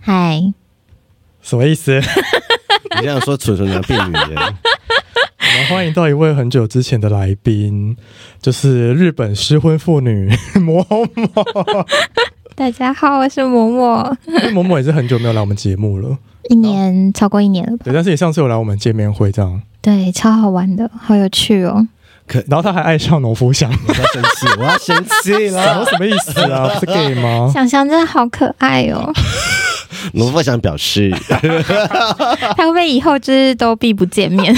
嗨，什么意 思？我 你这样说蠢蠢男变女人，们欢迎到一位很久之前的来宾，就是日本失婚妇女 某某。大家好，我是嬷嬷。因为某某也是很久没有来我们节目了，一年超过一年了吧？对，但是也上次有来我们见面会这样，对，超好玩的，好有趣哦。然后他还爱上农夫祥，我要生气，我要生气然后了。什么意思啊？ 不是 gay 吗？想想真的好可爱 哦。罗富想表示他会不会以后就是都避不见面？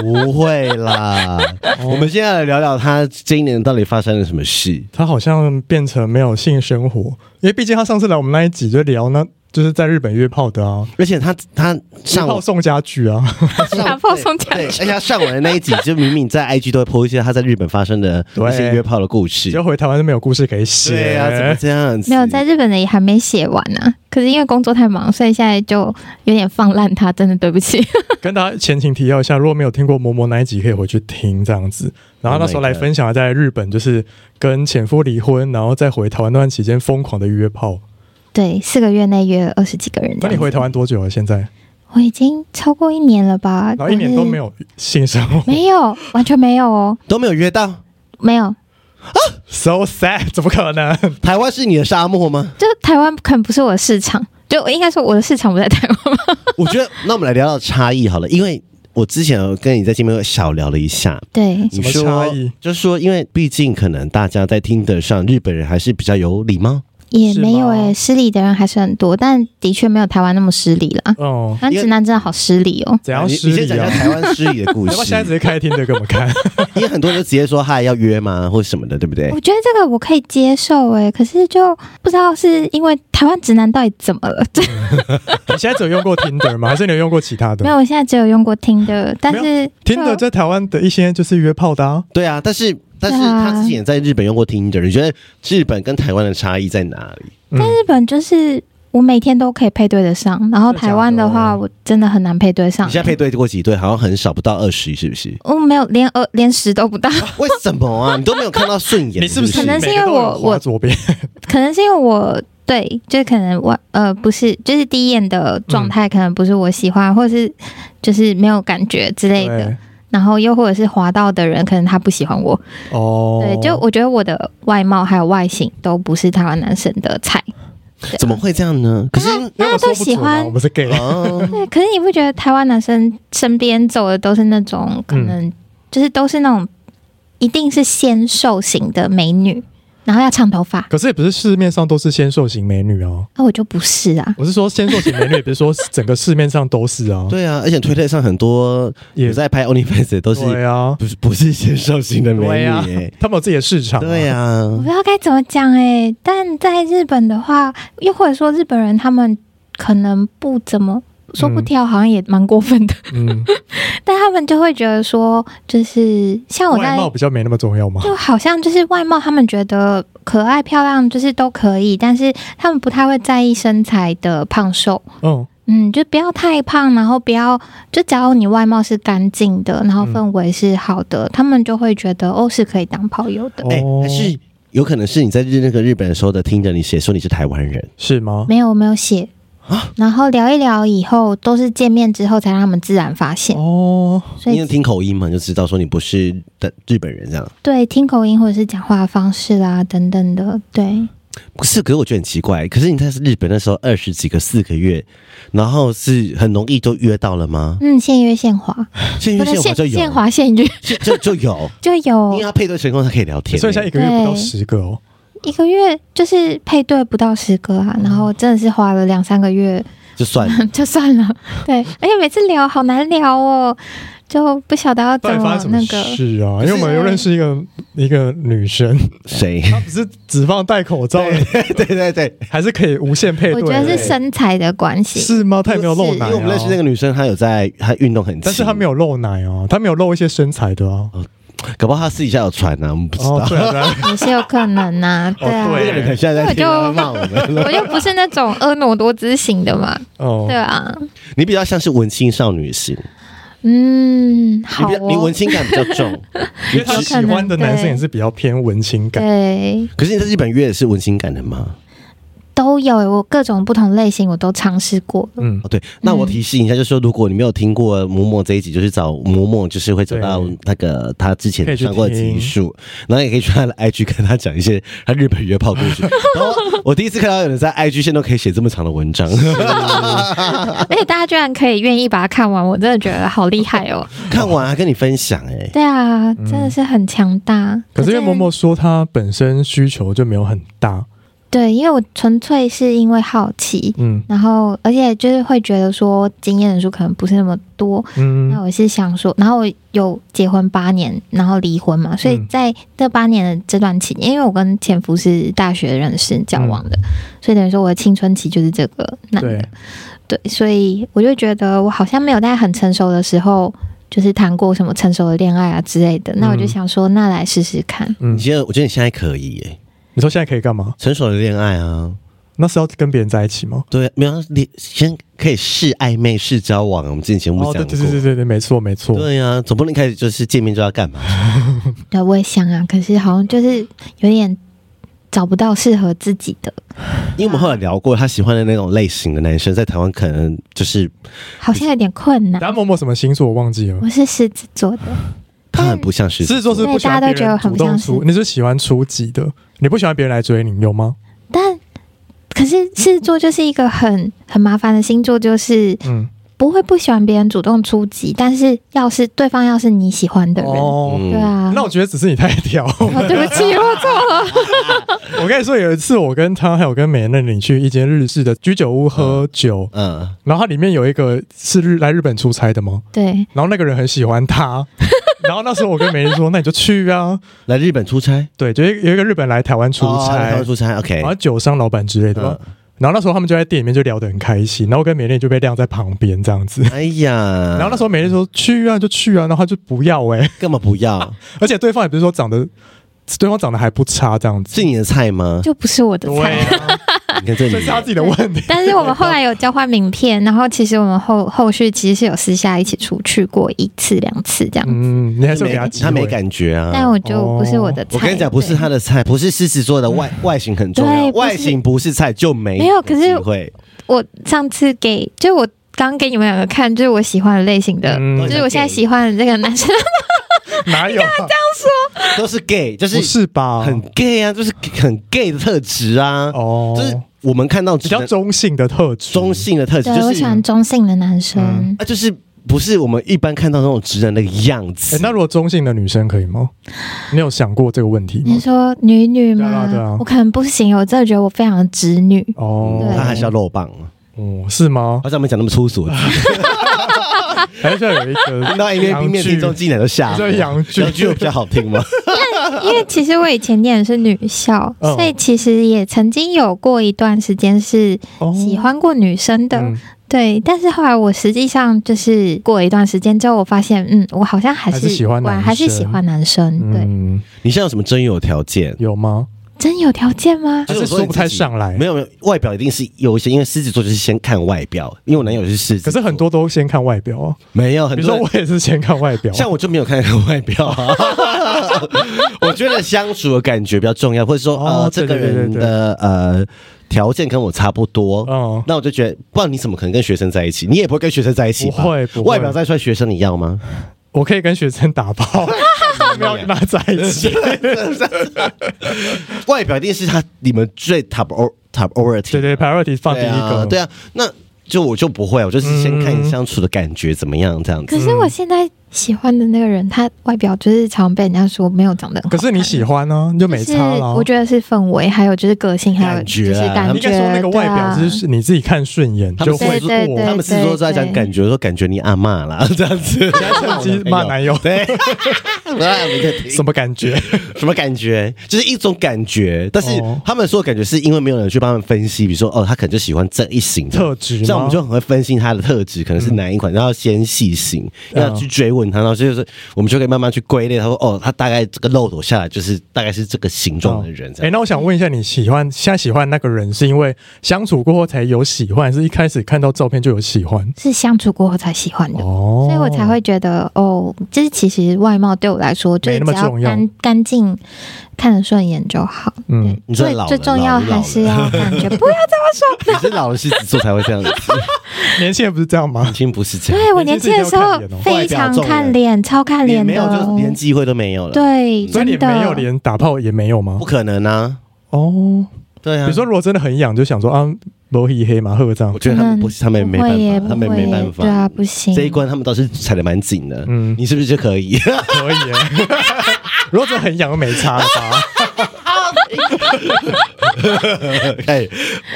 不会啦。 我们现在来聊聊他今年到底发生了什么事。他好像变成没有性生活，因为毕竟他上次来我们那一集就聊那，就是在日本约炮的啊，而且他他约上炮网送家具啊，上打炮送家对，而且他上网的那一集，就明明在 IG 都会 po 一些他在日本发生的对一些约炮的故只事要。回台湾就没有故事可以写。对啊，怎么这样 子？没有，在日本的也还没写完啊呢、可是因为工作太忙，所以现在就有点放烂他，真的对不起。跟大家前情提要一下，如果没有听过嬷嬷那一集，可以回去听这样子。然后那时候 Oh my 来 God 分享在日本就是跟前夫离婚，然后再回台湾那段期间疯狂的约炮。 对，四个月内约二十几个人这那样。你回台？湾多久了？啊现在？我已经超过一年了吧？然后一年都没有，有性生活没有，完全没有哦，都没有约到。没有。 ，so sad，怎么可能？台湾是你的沙漠吗？就台湾可能不是我的市场，就我应该说我的市场不在台 湾吧。我觉得，那我们来聊聊差异好了，因为我之前有跟你在见面会小聊了一下，对，你什说么差异就是说，因为毕竟可能大家在听得上，日本人还是比较有礼貌。也是没有吗诶、失礼的人还是很多，但的确没有台湾那么失礼啦。哦，但因为直男真的好失礼哦。怎样哎你失你先讲礼一下啊？台湾失礼的故要 不要现在直接事，开听的给我们 看？因为很多人就直接说嗨要约吗，或什么的，对不哦对我？觉得这个我可以接受诶、可是就不知道是因为台湾直男到底怎么了？ 这你现在只有用过 Tinder 吗？还是你有用过其他没的有，我现在只有用过听的，但是就？Tinder 在台湾的一些就是约炮的啊。对啊，但是但是对啊他之前也在日本用过 Tinder，你觉得日本跟台湾的差异在哪里？嗯，日本就是我每天都可以配对得上，然后真的假的哦台湾的话我真的很难配对上？你。现在配对过几对？好像很少，不到二十，是不 是我没有连二连十都不到，为什么啊？你都没有看到顺 眼，你是不不是可能是因为我每个都有滑我左边？可能是因为我对，就是可能我呃不是，就是第一眼的嗯状态可能不是我喜欢，或者是就是没有感觉之类的。对然后又或者是滑到的人，可能他不喜欢我。哦，对，就我觉得我的外貌还有外形都不是台湾男生的菜。对怎么？会这样呢？可是因为我大家都说不准啊喜欢我们是 gay，哦，对，可是你不觉得台湾男生身边走的都是那种可能嗯就是都是那种一定是纤瘦型的美女，然后要长头发，可是也不是市面上都是纤瘦型美女哦。那、我就不是啊。我是说纤瘦型美女，也不是 说整个市面上都是啊。对啊，而且推特上很多有也在拍 OnlyFans 的都是对啊，不是不是接受型的美对女、啊欸，他们有自己的市场、哦对、我啊不，知道该怎么讲哎、但在日本的话，又或者说日本人他们可能不怎么说不挑，好像也蛮过分的， 嗯，但他们就会觉得说，就是像我外在貌比较没那么重要嘛。就好像就是外貌，他们觉得可爱漂亮就是都可以，但是他们不太会在意身材的胖瘦。嗯，嗯，就不要太胖，然后不要就只要你外貌是干净的，然后嗯氛围是好的，他们就会觉得哦是可以当炮友的。哎、哦还是有可能是你在日那个日本的时候的听着你写说你是台湾人，是吗？没有，我没有写。啊然后聊一聊以后，都是见面之后才让他们自然发现。哦，所因为以听口音嘛，就知道说你不是的日本人这样。对听口音或者是讲话的方式啦等等的，对，不是，可是我觉得很奇怪。可是你在日本那时候二十几个四个月，然后是很容易就约到了吗？嗯，现约现滑，现不约是现滑现就现有，滑现约就就就有，就因为有他配对成功，他可以聊天、所以现在一个月不到对十个哦。一个月就是配对不到十个啊，然后真的是花了两三个月 就算了。就算了，对，而且每次聊好难聊哦，就不晓得要到怎底发生什那么个。事啊？因为我们又认识一个一个女 生，谁？她不是只放戴口罩，对对对，还是可以无限配我对。觉得是对身材的关系，是吗？她也没有露因奶为我们认识那啊。个女生，她有在，她运动很勤，但是她没有露奶啊，她没有露一些身材的啊。搞不好他私底下有传呢、我们不知道。哦，对啊，对啊，也是有可能呐、对啊。哦那个人可能现在在听他骂我们 了。我又不是那种婀娜多姿型的嘛， 哦对，啊，你比较像是文青少女型，嗯，好、你比较你文哦，青感比较 重。因为她喜欢的男生也是比较偏文青感。对，可是你在日本约也是文青感的吗？都有，我各种不同类型我都尝试 过了。嗯哦，对，那我提示一下，就是说，如果你没有听过嬷嬷这一集，就是找嬷嬷，就是会走到对那个她之可前以去上过的集听数，然后也可以去她的 IG 看她讲一些她日本约炮故 事。然后我第一次看到有人在 IG 线都可以写这么长的文章，而且大家居然可以愿意把它看完，我真的觉得好厉害 哦！ 看完还跟你分享、欸，哎，对啊，真的是很强大。嗯可是因为默默说他本身需求就没有很大，对，因为我纯粹是因为好奇，嗯然后而且就是会觉得说经验人数可能不是那么多，那嗯，我是想说，然后我有结婚八年，然后离婚嘛，所以嗯在这八年的这段期间，因为我跟前夫是大学认识交往的，所以等于说我的青春期就是这个男的嗯对，对，所以我就觉得我好像没有在很成熟的时候，就是谈过什么成熟的恋爱啊之类的。那我就嗯想说，那来试试看。嗯你，现在我觉得你现在可以、欸，哎，你说现在可以干嘛？成熟的恋爱啊，那是要跟别人在一起吗？对，啊没有你先可以试暧昧、试交往，啊我们之前节目哦，讲过。对对对对对，没错没错，对呀、总不能一开始就是见面就要干 嘛？对，我也想啊，可是好像就是有点找不到适合自己的，因为我们后来聊过，他喜欢的那种类型的男生，在台湾可能就是好像有点困难然。后默默什么星座我忘记了，我是狮子座的，他很不像是嗯狮子座是不喜欢对大别家都觉得人很主不像动狮出，子你是喜欢出击的，你不喜欢别人来追你，有吗？但可是狮子座就是一个很很麻烦的星座，就是嗯，不会不喜欢别人主动出击，但是要是对方要是你喜欢的人，哦，对啊，那我觉得只是你太挑。 哦对不起，我错了。我跟你说，有一次我跟他还有跟美嫩你去一间日式的居酒屋喝酒，嗯，然后它里面有一个是日来日本出差的吗？对，然后那个人很喜欢 他，然后那时候我跟美人说，那你就去啊，来日本出差，对，就有一个日本来台湾出哦来差，哎台湾出嗯差，OK，然后酒商老板之类的吧。然后那时候他们就在店里面就聊得很开心，然后我跟美丽就被晾在旁边这样子。哎呀，然后那时候美丽说去啊就去啊，然后他就不要哎、干嘛不要？而且对方也不是说长得，对方长得还不差这样子。是你的 菜吗？就不是我的菜。啊，你 看这这里是，他自己的问题。但是我们后来有交换名片，然后其实我们后后续其实是有私下一起出去过一次两次这样， 嗯，你还是有给没他机会他没感觉但啊。我就不是我的菜。我跟你讲，不是对他的菜，不是狮子座的嗯外外形很重要对，不是外形不是菜就没没有可是机会我上次给，就我刚给你们两个看，就是我喜欢的类型的，嗯就是我现在喜欢的这个男生，哪有啊？都是 gay，就不是是吧？很 gay 啊，就是很 gay 的特质啊，哦，就是我们看到比比较中性的特质，中性的特质，对就我是喜欢中性的男生。嗯啊，就是不是我们一般看到那种直男的样诶子。那如果中性的女生可以吗？你有想过这个问题吗你？说女女吗？对啊对啊我可能不行，我真的觉得我非常的直女。 哦对，他还是要露棒，啊哦，是吗？ 好像没讲那么粗 俗。还是要有一个那一面冰洋面剧听众进来都吓我，这洋剧洋剧有比较好听 吗？因为其实我以前念的是女校，嗯所以其实也曾经有过一段时间是哦喜欢过女生的，嗯对。但是后来我实际上就是过了一段时间之后，我发现，嗯，我好像还是还是喜欢男生我还是喜欢男生。对，嗯，你现在有什么真有条件？有吗？真有条件吗？还就是是说不太上来没？有没有，外表一定是有一些，因为狮子座就是先看外表，因为我男友是狮子可是座，很多都先看外表啊，没有很比如说多人。我也是先看外表，像我就没有看外表、 啊，我觉得相处的感觉比较重要，或者说、哦呃，对这个对对人对的呃条件跟我差不多，嗯，那我就觉得，不然你怎么可能跟学生在一起？你也不会跟学生在一起吧？不会不会外表再帅，学生你要吗？我可以跟学生打炮，没有跟他在一起。外表一定是他你们最 top or top priority，对对，priority 放第 对一啊个，，对啊，那就我就不会，我就是先看嗯你相处的感觉怎么样，这样子。可是我现在喜欢的那个人，他外表就是常被人家说没有长得很好可看。是你喜欢呢，你就没就是差啦。我觉得是氛围，还有就是个性，还有感觉就是啊感应觉。该说那个外表对啊就是你自己看顺眼他就们是对会做，对对他们是说在讲感觉，说感觉你阿 骂啦，这样子。趁 机骂男友，对，啊，没得听什么感觉？什么感觉？就是一种感觉，但是哦他们说的感觉是因为没有人去帮他们分析，比如说哦，他可能就喜欢这一型的特质吗嗯像我们就很会分析他的特质，可能是哪一款，然后先细心，嗯要去追问问他，然后就是我们就可以慢慢去归类。他说哦，他大概这个漏斗下来就是大概是这个形状的人。这哎、样那我想问一下，你喜欢现在喜欢那个人，是因为相处过后才有喜欢，还是一开始看到照片就有喜欢？是相处过后才喜欢的，哦，所以我才会觉得哦，就是其实外貌对我来说，就是没只那么要重要干干净、看得顺眼就好。嗯，你说最老了最重要还是要感觉，不要再 你是老了狮子座才会这样子，年轻人不是这样吗 已？经不是这样，对我年年轻轻人的是时一定候非要看脸哦常外表重看人脸，超看脸没有就的，连机会都没有了，，对，所以你真没有的连打炮也没有吗不？可能啊，哦，对啊。比如说如果真的很痒，就想说啊，罗黑黑嘛，喝这样我，觉得他们不是，他们也没嗯不会耶，办法，他不们会也没耶办法，对啊，不行，这一关他们倒是踩的蛮紧的。嗯你是不是就可 以？可以耶。 如果真的很痒，就没差了吧？哎，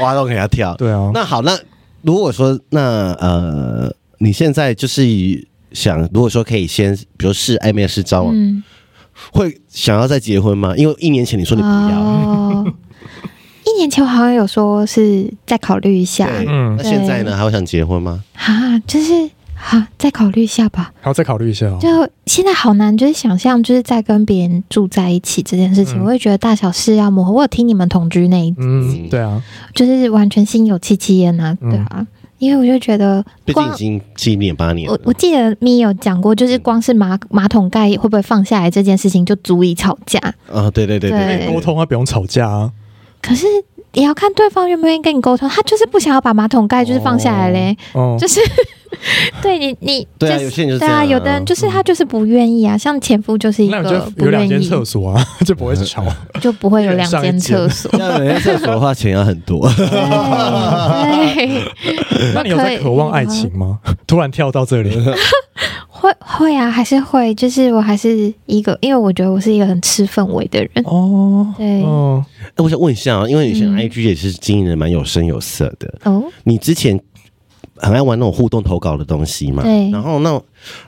挖洞给他跳。对啊，那好，那如果说那呃，你现在就是想，如果说可以先，比如试暧昧、试交往，嗯，会想要再结婚吗？因为一年前你说你不要，哦，一年前我好像有说是再考虑一下对，嗯那现在呢，还会想结婚吗？啊，就是啊，再考虑一下吧。还要再考虑一下哦。就现在好难，就是想象就是在跟别人住在一起这件事情，嗯我会觉得大小事要磨合。我有听你们同居那一，嗯，对啊，就是完全心有戚戚焉啊，对啊，因为我就觉得嗯毕竟光已经七年八年了我，我记得咪有讲过，就是光是马马桶盖会不会放下来这件事情就足以吵架，啊，对对对对对，沟通啊，不用吵架啊。可是也要看对方愿不愿意跟你沟通，他就是不想要把马桶盖哎就是放下来嘞，哦就，是对你你对啊就有些人就是对这样啊，啊有的人就是他就是不愿意啊，像前夫就是一那你个就不有两愿间意，厕所啊， 就不会吵。就不会有一人两上一间间厕 所。要人家厕所的话，钱要很多。对， 那你有在渴望爱情吗？突然跳到这里，会会啊，还是会，就是我还是一个，因为我觉得我是一个很吃氛围的人， 哦，对哦，哎 我想问一下啊，因为以前嗯 IG 也是经营的蛮有声有色的，哦，你之前很爱玩那种互动投稿的东西嘛？对然后那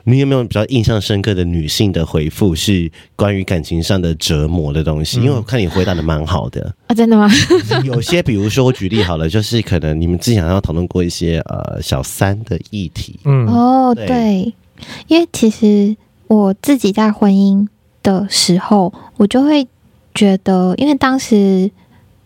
你有没有比较印象深刻的女性的回复是关于感情上的折磨的东嗯西？因为我看你回答的蛮好的，啊，真的吗？有些比如说我举例好了，就是可能你们之前好像讨论过一些呃小三的议题，嗯，哦，对对，因为其实我自己在婚姻的时候，我就会觉得，因为当时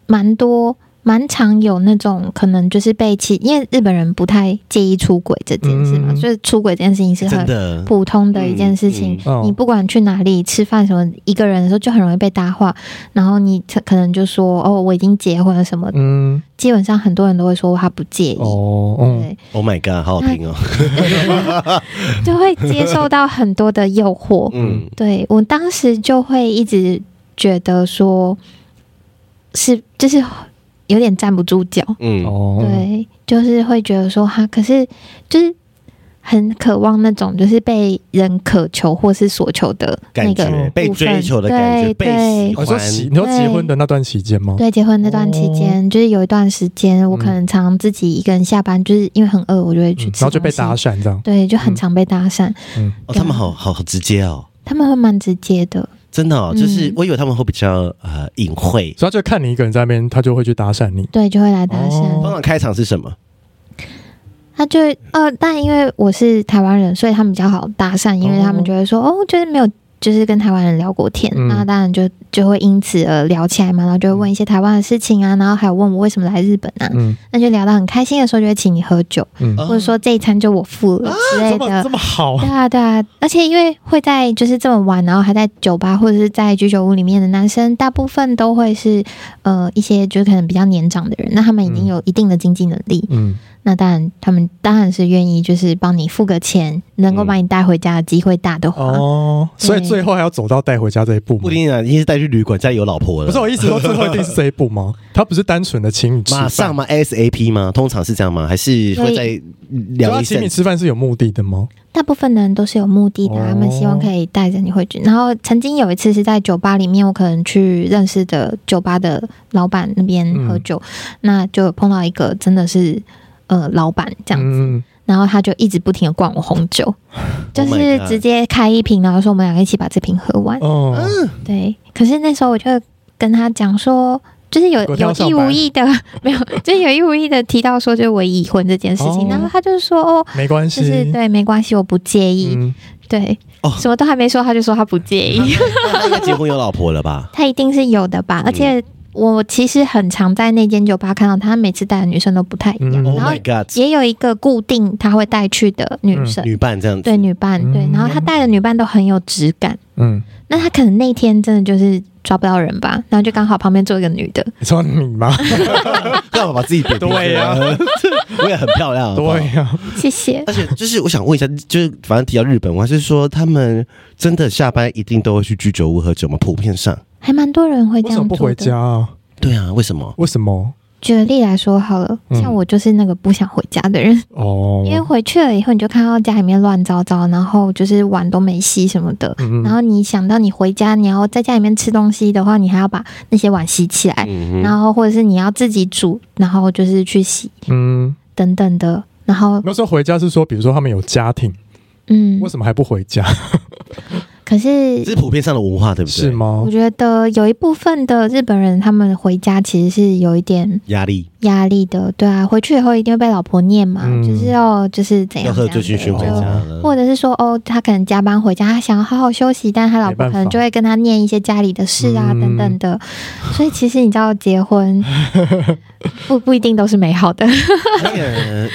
蛮多。蛮常有那种可能就是被欺，因为日本人不太介意出轨这件事嘛，嗯所以出轨这件事情是真很的普通的一件事情。嗯嗯你不管去哪里吃饭什么，一个人的时候就很容易被搭话，然后你可可能就说哦，我已经结婚了什么，嗯，基本上很多人都会说他不介意。哦，嗯，对， ，Oh my god，好好听哦，就会接受到很多的诱惑。嗯，对我当时就会一直觉得说，是就是有点站不住脚，嗯，哦，对，就是会觉得说哈，可是就是很渴望那种就是被人渴求或是所求的那感个觉被部分追求的感对觉，被喜对哦我说结，欢，你说结婚的那段期间吗？对，结婚那段期哦间，就是有一段时间，我可能常自己一个人下班，就是因为很饿，我就会嗯去然吃、后就被搭，讪这样，对，就很常被搭讪，嗯，哦，他们好好好直接哦。他们会蛮直接的，真的、哦，就是嗯我以为他们会比较呃隐晦。所以他就看你一个人在那边，他就会去搭讪你。对，就会来搭哦讪。通常开场是什么？他就会呃，但因为我是台湾人，所以他们比较好搭讪，因为他们就会说哦，就是没有。就是跟台湾人聊过天，嗯那当然就就会因此而聊起来嘛，然后就会问一些台湾的事情啊，然后还有问我为什么来日本啊，嗯那就聊到很开心的时候，就会请你喝酒，嗯，或者说这一餐就我付了之类这的，么哦这么好，对啊，对啊，而且因为会在就是这么晚，然后还在酒吧或者是在居酒屋里面的男生，大部分都会是呃一些就是可能比较年长的人，那他们已经有一定的经济能力，嗯，那当然他们当然是愿意就是帮你付个钱，能够把你带回家的机会大的话，哦，所以最后还要走到带回家这一步布吗？丁啊，一定是带去旅馆，家里有老婆了。不是我意思说最后一定是这一步吗？他不是单纯的请你吃马饭，上吗？SAP 吗？通常是这样吗？还是会在对聊啊一请阵你？吃饭是有目的的吗？大部分的人都是有目的的，哦他们希望可以带着你回去。然后曾经有一次是在酒吧里面，我可能去认识的酒吧的老板那边喝酒，那就碰到一个真的是呃老板这样子。嗯，然后他就一直不停的灌我红酒，就 Oh my 是 God 直接开一瓶，然后说我们两个一起把这瓶喝完。哦，嗯对，可是那时候我就跟他讲说，就是有狗有跳上意无班意的 没有，就是有意无意的提到说就是我已婚这件事情，哦然后他就说哦，没关就系，是对，没关系，我不介意。嗯，对，哦什么都还没说，他就说他不介意。那他应该结婚有老婆了吧？他一定是有的吧？而且我其实很常在那间酒吧看到他，每次带的女生都不太一样，嗯 Oh 然后 my god，也有一个固定他会带去的女生，女伴这样子，对女伴，对，嗯然后他带的女伴都很有质感。嗯，那他可能那天真的就是抓不到人吧，然后就刚好旁边坐一个女的，你说你吗？干嘛把自己贬 低？对 呀，啊我也很漂亮，好不好对。呀，谢谢。而且就是我想问一下，就是反正提到日本，我还是说他们真的下班一定都会去居酒屋喝酒吗？普遍上，还蛮多人会这 为什么样不做回的。家啊？对啊，为什么？为什么？举个例来说好了，嗯像我就是那个不想回家的人，哦，因为回去了以后你就看到家里面乱糟糟，然后就是碗都没洗什么的，嗯然后你想到你回家，你要在家里面吃东西的话，你还要把那些碗洗起来，嗯哼，然后或者是你要自己煮，然后就是去洗嗯，等等的。然后，那时候回家是说，比如说他们有家庭，嗯为，什么还不回家？可这是是普遍上的文化，对不对？是？吗我？觉得有一部分的日本人，他们回家其实是有一点压力压力的，对啊，回去以后一定会被老婆念嘛，嗯就是要就是怎要样喝怎醉样醺醺的回就家了，或者是说，哦，他可能加班回家，他想要好好休息，但他老没婆办可法能就会跟他念一些家里的事啊，嗯等等的。所以其实你知道，结 婚不不一定都是美好的， 而啊且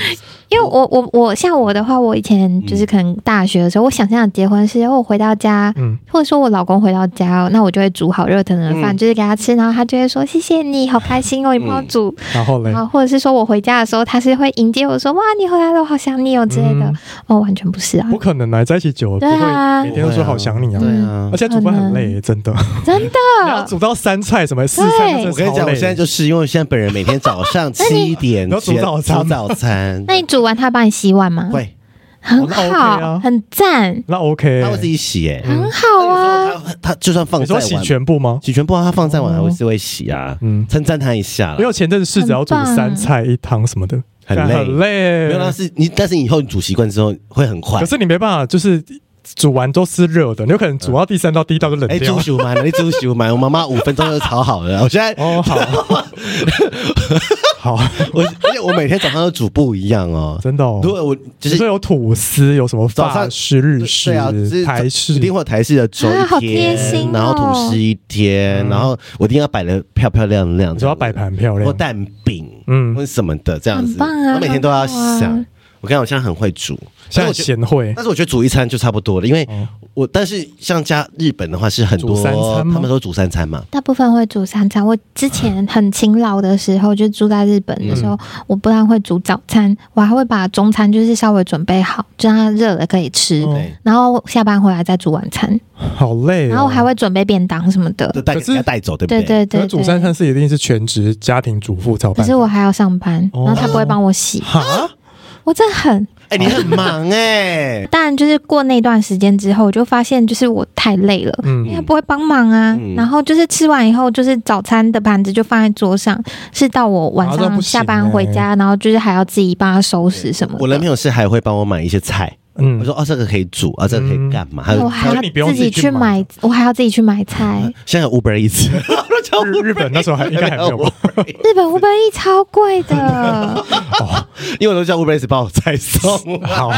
因为我我我像我的话，我以前嗯就是可能大学的时候，我想象的结婚是，哦我回到家。嗯，或者说我老公回到家，那我就会煮好热腾腾的饭，嗯就是给他吃，然后他就会说谢谢你好开心哦，你帮嗯我煮，然后嘞然，后或者是说我回家的时候，他是会迎接我说哇你回来了，我好想你哦之类的。嗯哦，完全不是啊不，可能来在一起久了，不对会啊每，天都说好想你啊。对啊而。且煮饭很累，真 的，真的。你要煮到三菜什么四菜，那真的我跟你讲，超我累现在就是因为现在本人每天早上七点你要煮前早餐煮早餐，那你 煮完他帮你洗碗吗？会，很哦那 OK 好，啊很赞，那 OK 他。会自啊己洗诶。很好啊。他他就算放你在说碗洗全部吗？洗全部啊，他放在碗还会哦是会洗啊，嗯称赞他一下啦因为。我前阵子试着要煮很棒三菜一汤什么的，啊很但累很累。没有，那是你，但是以后你煮习惯之后会很快可。是你没办法，就是煮完都是热的，你有可能煮到第三道、第一道就冷哎，掉猪。熊买，你猪熊买，我妈妈五分钟就炒好了。我现在，哦， 好，好，我而且我每天早上都煮不一样哦。真的哦。如果我就就是是有吐司，有什么早上法式、日式、对啊，就是台式，一定会有台式的粥啊好一贴心天哦，然后吐司一天，嗯然后我一定要摆的漂漂亮亮，你说要摆盘漂或亮。蛋饼，嗯嗯，或什么的这样子。很棒啊我每天都要很棒想啊。我跟你讲，我现在很会煮，现在但是我觉得贤惠但是我觉得煮一餐就差不多了，因为哦我但是像家日本的话是很煮多三餐吗他们都煮三餐嘛，大部分会煮三餐。我之前很勤劳的时候，就住在日本的时候，嗯我不但会煮早餐，我还会把中餐就是稍微准备好，就让它热了可以吃。嗯对，然后下班回来再煮晚餐，好累哦。然后我还会准备便当什么的。就带给可是人家带走，对不对对？对可对是煮三对，餐是一定是全职家庭主妇才有可办哦是法。我还要上班，哦然后他不会帮我洗，哈，我真的很哎，你很忙哎，但就是过那段时间之后，我就发现就是我太累了。因为嗯他不会帮忙啊，嗯然后就是吃完以后，就是早餐的盘子就放在桌上，是到我晚啊这上不行下班回家，然后就是还要自己帮他收拾什么我男朋的。友是还会帮我买一些菜，我嗯，说哦，这个可以煮，啊，这个可以干嘛？还有我还他要你不用自自己己去去买买，我还要自己去买 菜。现在有 Uber Eats，日日本那时候 还应该还没有吧？日本五百亿超贵 的，因为我都叫 Uber Eats 帮我菜送。好，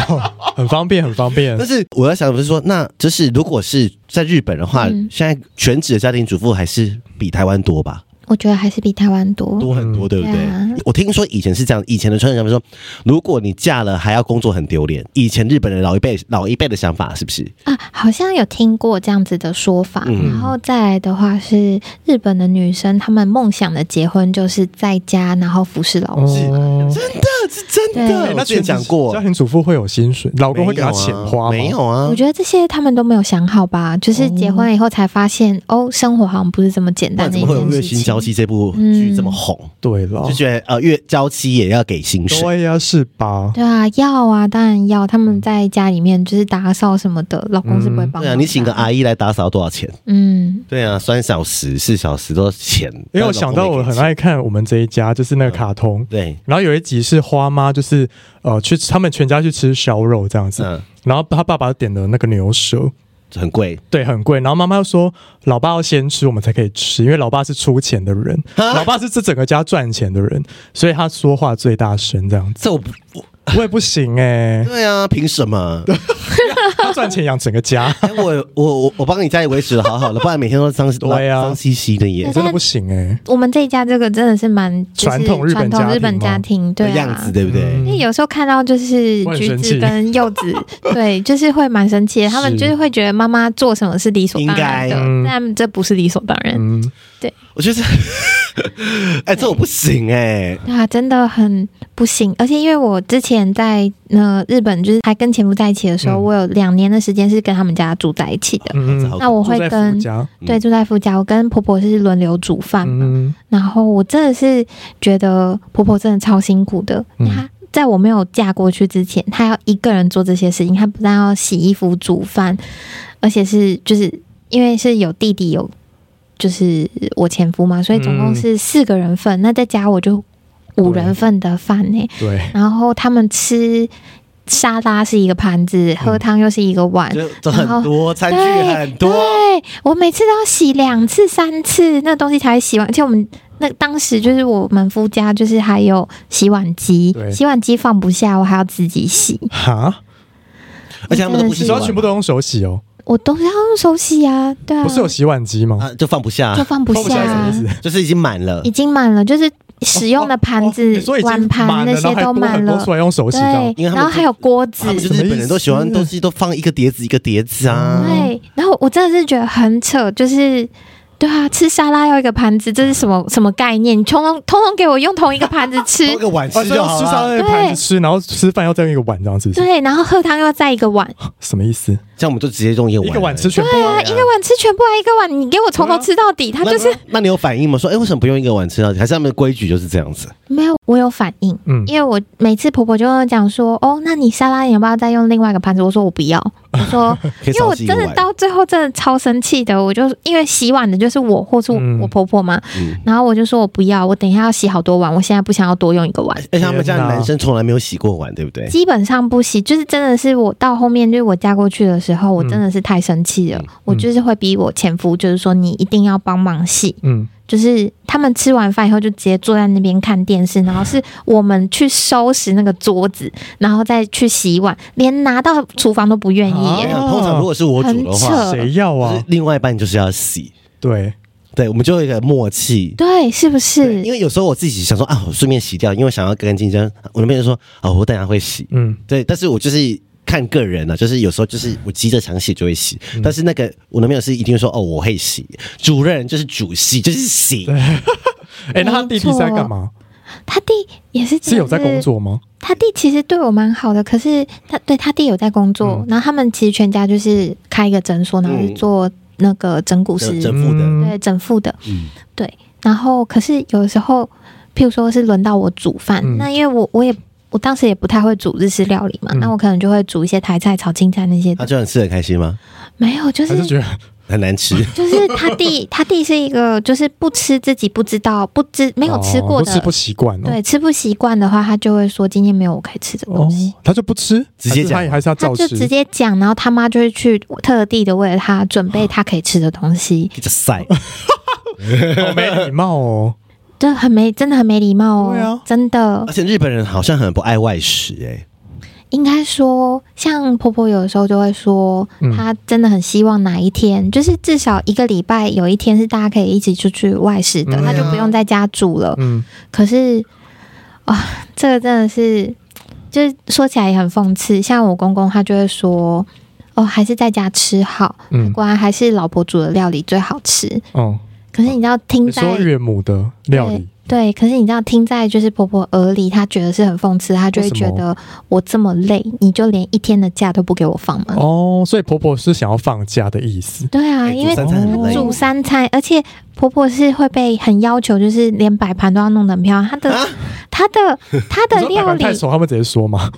很方便，很方便 但。是我在想的是说，那就是如果是在日本的话，嗯现在全职的家庭主妇还是比台湾多吧，我觉得还是比台湾哦多。多很多，对不对？对啊我听说以前是这样，以前的传统想法说，如果你嫁了还要工作很丢脸。以前日本的老一辈老一辈的想法是不是？啊，好像有听过这样子的说法。嗯然后再来的话是日本的女生，她们梦想的结婚就是在家，然后服侍老公。哦，真的是真对的，哎我之前讲过家，庭主妇会有薪水，老公会给她钱花吗？没有啊，我觉得这些他们都没有想好吧，哦就是结婚以后才发现，哦，生活好像不是这么简不单然的怎一么会有《件月事薪情。娇妻》这部剧这么红？对了就，觉得呃，月娇妻也要给薪嗯水，对呀，啊是吧？对啊，要啊，当然要。他们在家里面就是打扫什么的，老公是不会帮忙对的、啊，你请个阿姨来打扫多少钱？嗯，对啊，三小时、四小时都钱。因为我想到我很爱看我们这一家，就是那个卡通。对，然后有一集是花妈，就是呃去他们全家去吃烧肉这样子，嗯，然后他爸爸点的那个牛舌，很贵，对，很贵。然后妈妈又说，老爸要先吃，我们才可以吃，因为老爸是出钱的人，老爸是这整个家赚钱的人，所以他说话最 大声这样子。这我不，我我也不行哎、对啊，凭什么？他要赚钱养整个家，哎，我我我我帮你家里维持的好好的，不然每天都脏对啊脏兮兮的耶但，真的不行哎、我们这一家这个真的是蛮就是传统日传本家庭吗统日本家庭，对的啊，样子对不对？嗯因为有时候看到就是我很橘生子气跟柚 子，对，就是会蛮生气的。他们是就是会觉得妈妈做什么是理所当然应的该嗯，但这不是理所当然。嗯，我觉得，哎，这我 不行哎，对啊，真的很不行。而且因为我之前在呃日本，就是还跟前夫在一起的时候，嗯我有两年的时间是跟他们家住在一起的。嗯好嗯，那我会住在夫跟家，对住在夫家，我跟婆婆是轮流煮饭嘛。嗯，然后我真的是觉得婆婆真的超辛苦的，嗯她。在我没有嫁过去之前，她要一个人做这些事情，她不但要洗衣服、煮饭，而且是就是因为是有弟弟有就是我前夫嘛，所以总共嗯是四个人份，那再加我就五人份的饭呢、对，然后他们吃沙拉是一个盘嗯子，喝汤又是一个碗，就这很多餐具很多，对我每次都要洗两次、三次，那东西才洗完。而且我们那当时就是我们夫家就是还有洗碗机，对洗碗机放不下，我还要自己洗。哈，而且他们都不你洗说碗全部都用手洗哦，我都是要用手洗啊，对啊，不是有洗碗机吗？啊，就放不下就，放不放不下啊是什么意思？就是已经满了已，经满了，就是使用的盘子、哦所以已碗经盘满了，那然后些还都多满很多了，出来用手洗这样对，因为他们然后还有锅子他。们就是日本人都喜欢东西都放一个碟子一个碟子嗯啊，对，然后我真的是觉得很扯，就是。对啊，吃沙拉要一个盘子，这是什么什么概念？你通通通通给我用同一个盘子吃放，个碗啊，吃就就要 好吃上了，那个盘子吃，然后吃饭要再用一个碗这样子，是对，然后喝汤又要再一个碗，什么意思？这样我们就直接用一个碗，一个碗吃全部啊，哎啊，一个碗吃全部啊，一个碗你给我从头吃到底，他那。就是那那你有反应吗？说哎，为什么不用一个碗吃到底？还是他们的规矩就是这样子？没有，我有反应，嗯，因为我每次婆婆就会讲说，哦，那你沙拉你要不要再用另外一个盘子？我说我不要，我说， 可因以为少我吃一真个的碗。到最后真的超生气的，我就因为洗碗的就是我或是我,、嗯我婆婆嘛，嗯然后我就说我不要，我等一下要洗好多碗，我现在不想要多用一个碗。而且他们家的天哪男生从来没有洗过碗，对不对？基本上不洗，就是真的是我到后面，就是我嫁过去的时候，我嗯真的是太生气了，嗯我就是会逼我前夫，就是说你一定要帮忙洗，嗯，就是他们吃完饭以后就直接坐在那边看电视，然后是我们去收拾那个桌子，然后再去洗碗，连拿到厨房都不愿意哎耶。呀通常如果是我煮的很话，扯谁要就啊是？另外一半就是要洗，对，对，我们就有一个默契。对，是不是？因为有时候我自己想说啊，我顺便洗掉，因为我想要干干净净。我那边就说啊，我等一下会洗。嗯，对，但是我就是看个人了、就是有时候就是我急着想洗就会洗，嗯但是那个我男朋友是一定说哦，我会洗，主任就是主戏就是洗，哎，那他弟弟是在干嘛？他弟也是，是有在工。作吗？他弟其实对我蛮好的，可是他对他弟有在工作，嗯然后他们其实全家就是开一个诊所，然后是做那个整骨师，整副的嗯对整复的。嗯，然后可是有时候，譬如说是轮到我煮饭，嗯那因为我我也我当时也不太会煮日式料理嘛，嗯那我可能就会煮一些台菜、炒青菜那些他的。就很吃得很开心吗？没有，就还是是觉得很难吃， 就是他弟，他弟是一个就是不吃自己不知道、不知没有吃过哦的，都吃不习惯哦。对吃不习惯的话，他就会说今天没有我可以吃这个哦东西。，他就不吃，直接讲还是他还是他他照就吃，直接讲，然后他妈就会去特地的为了他准备他可以吃的东 西，就塞。好没礼貌哦。这很没，真的很没礼貌哦，对啊真的而。且日本人好像很不爱外食、哎，应该说，像婆婆有的时候就会说，嗯她真的很希望哪一天，就是至少一个礼拜有一天是大家可以一起出去外食的，嗯她就不用在家煮了。嗯，可是啊，这个真的是，就是说起来也很讽刺。像我公公他就会说，哦，还是在家吃好，嗯果然还是老婆煮的料理最好吃。哦，可是你知道，听你在说岳母的料理，对，可是你知道，听在就是婆婆耳里，她觉得是很讽刺，她就会觉为什得我这么累，你就连一天的假都不给我放吗？哦，所以婆婆是想要放假的意思。对啊，哎因为煮三餐很累，煮三餐，而且婆婆是会被很要求，就是连摆盘都要弄得很漂亮。她的、她的、 她啊的你说摆料盘理，太熟，他们直接说嘛。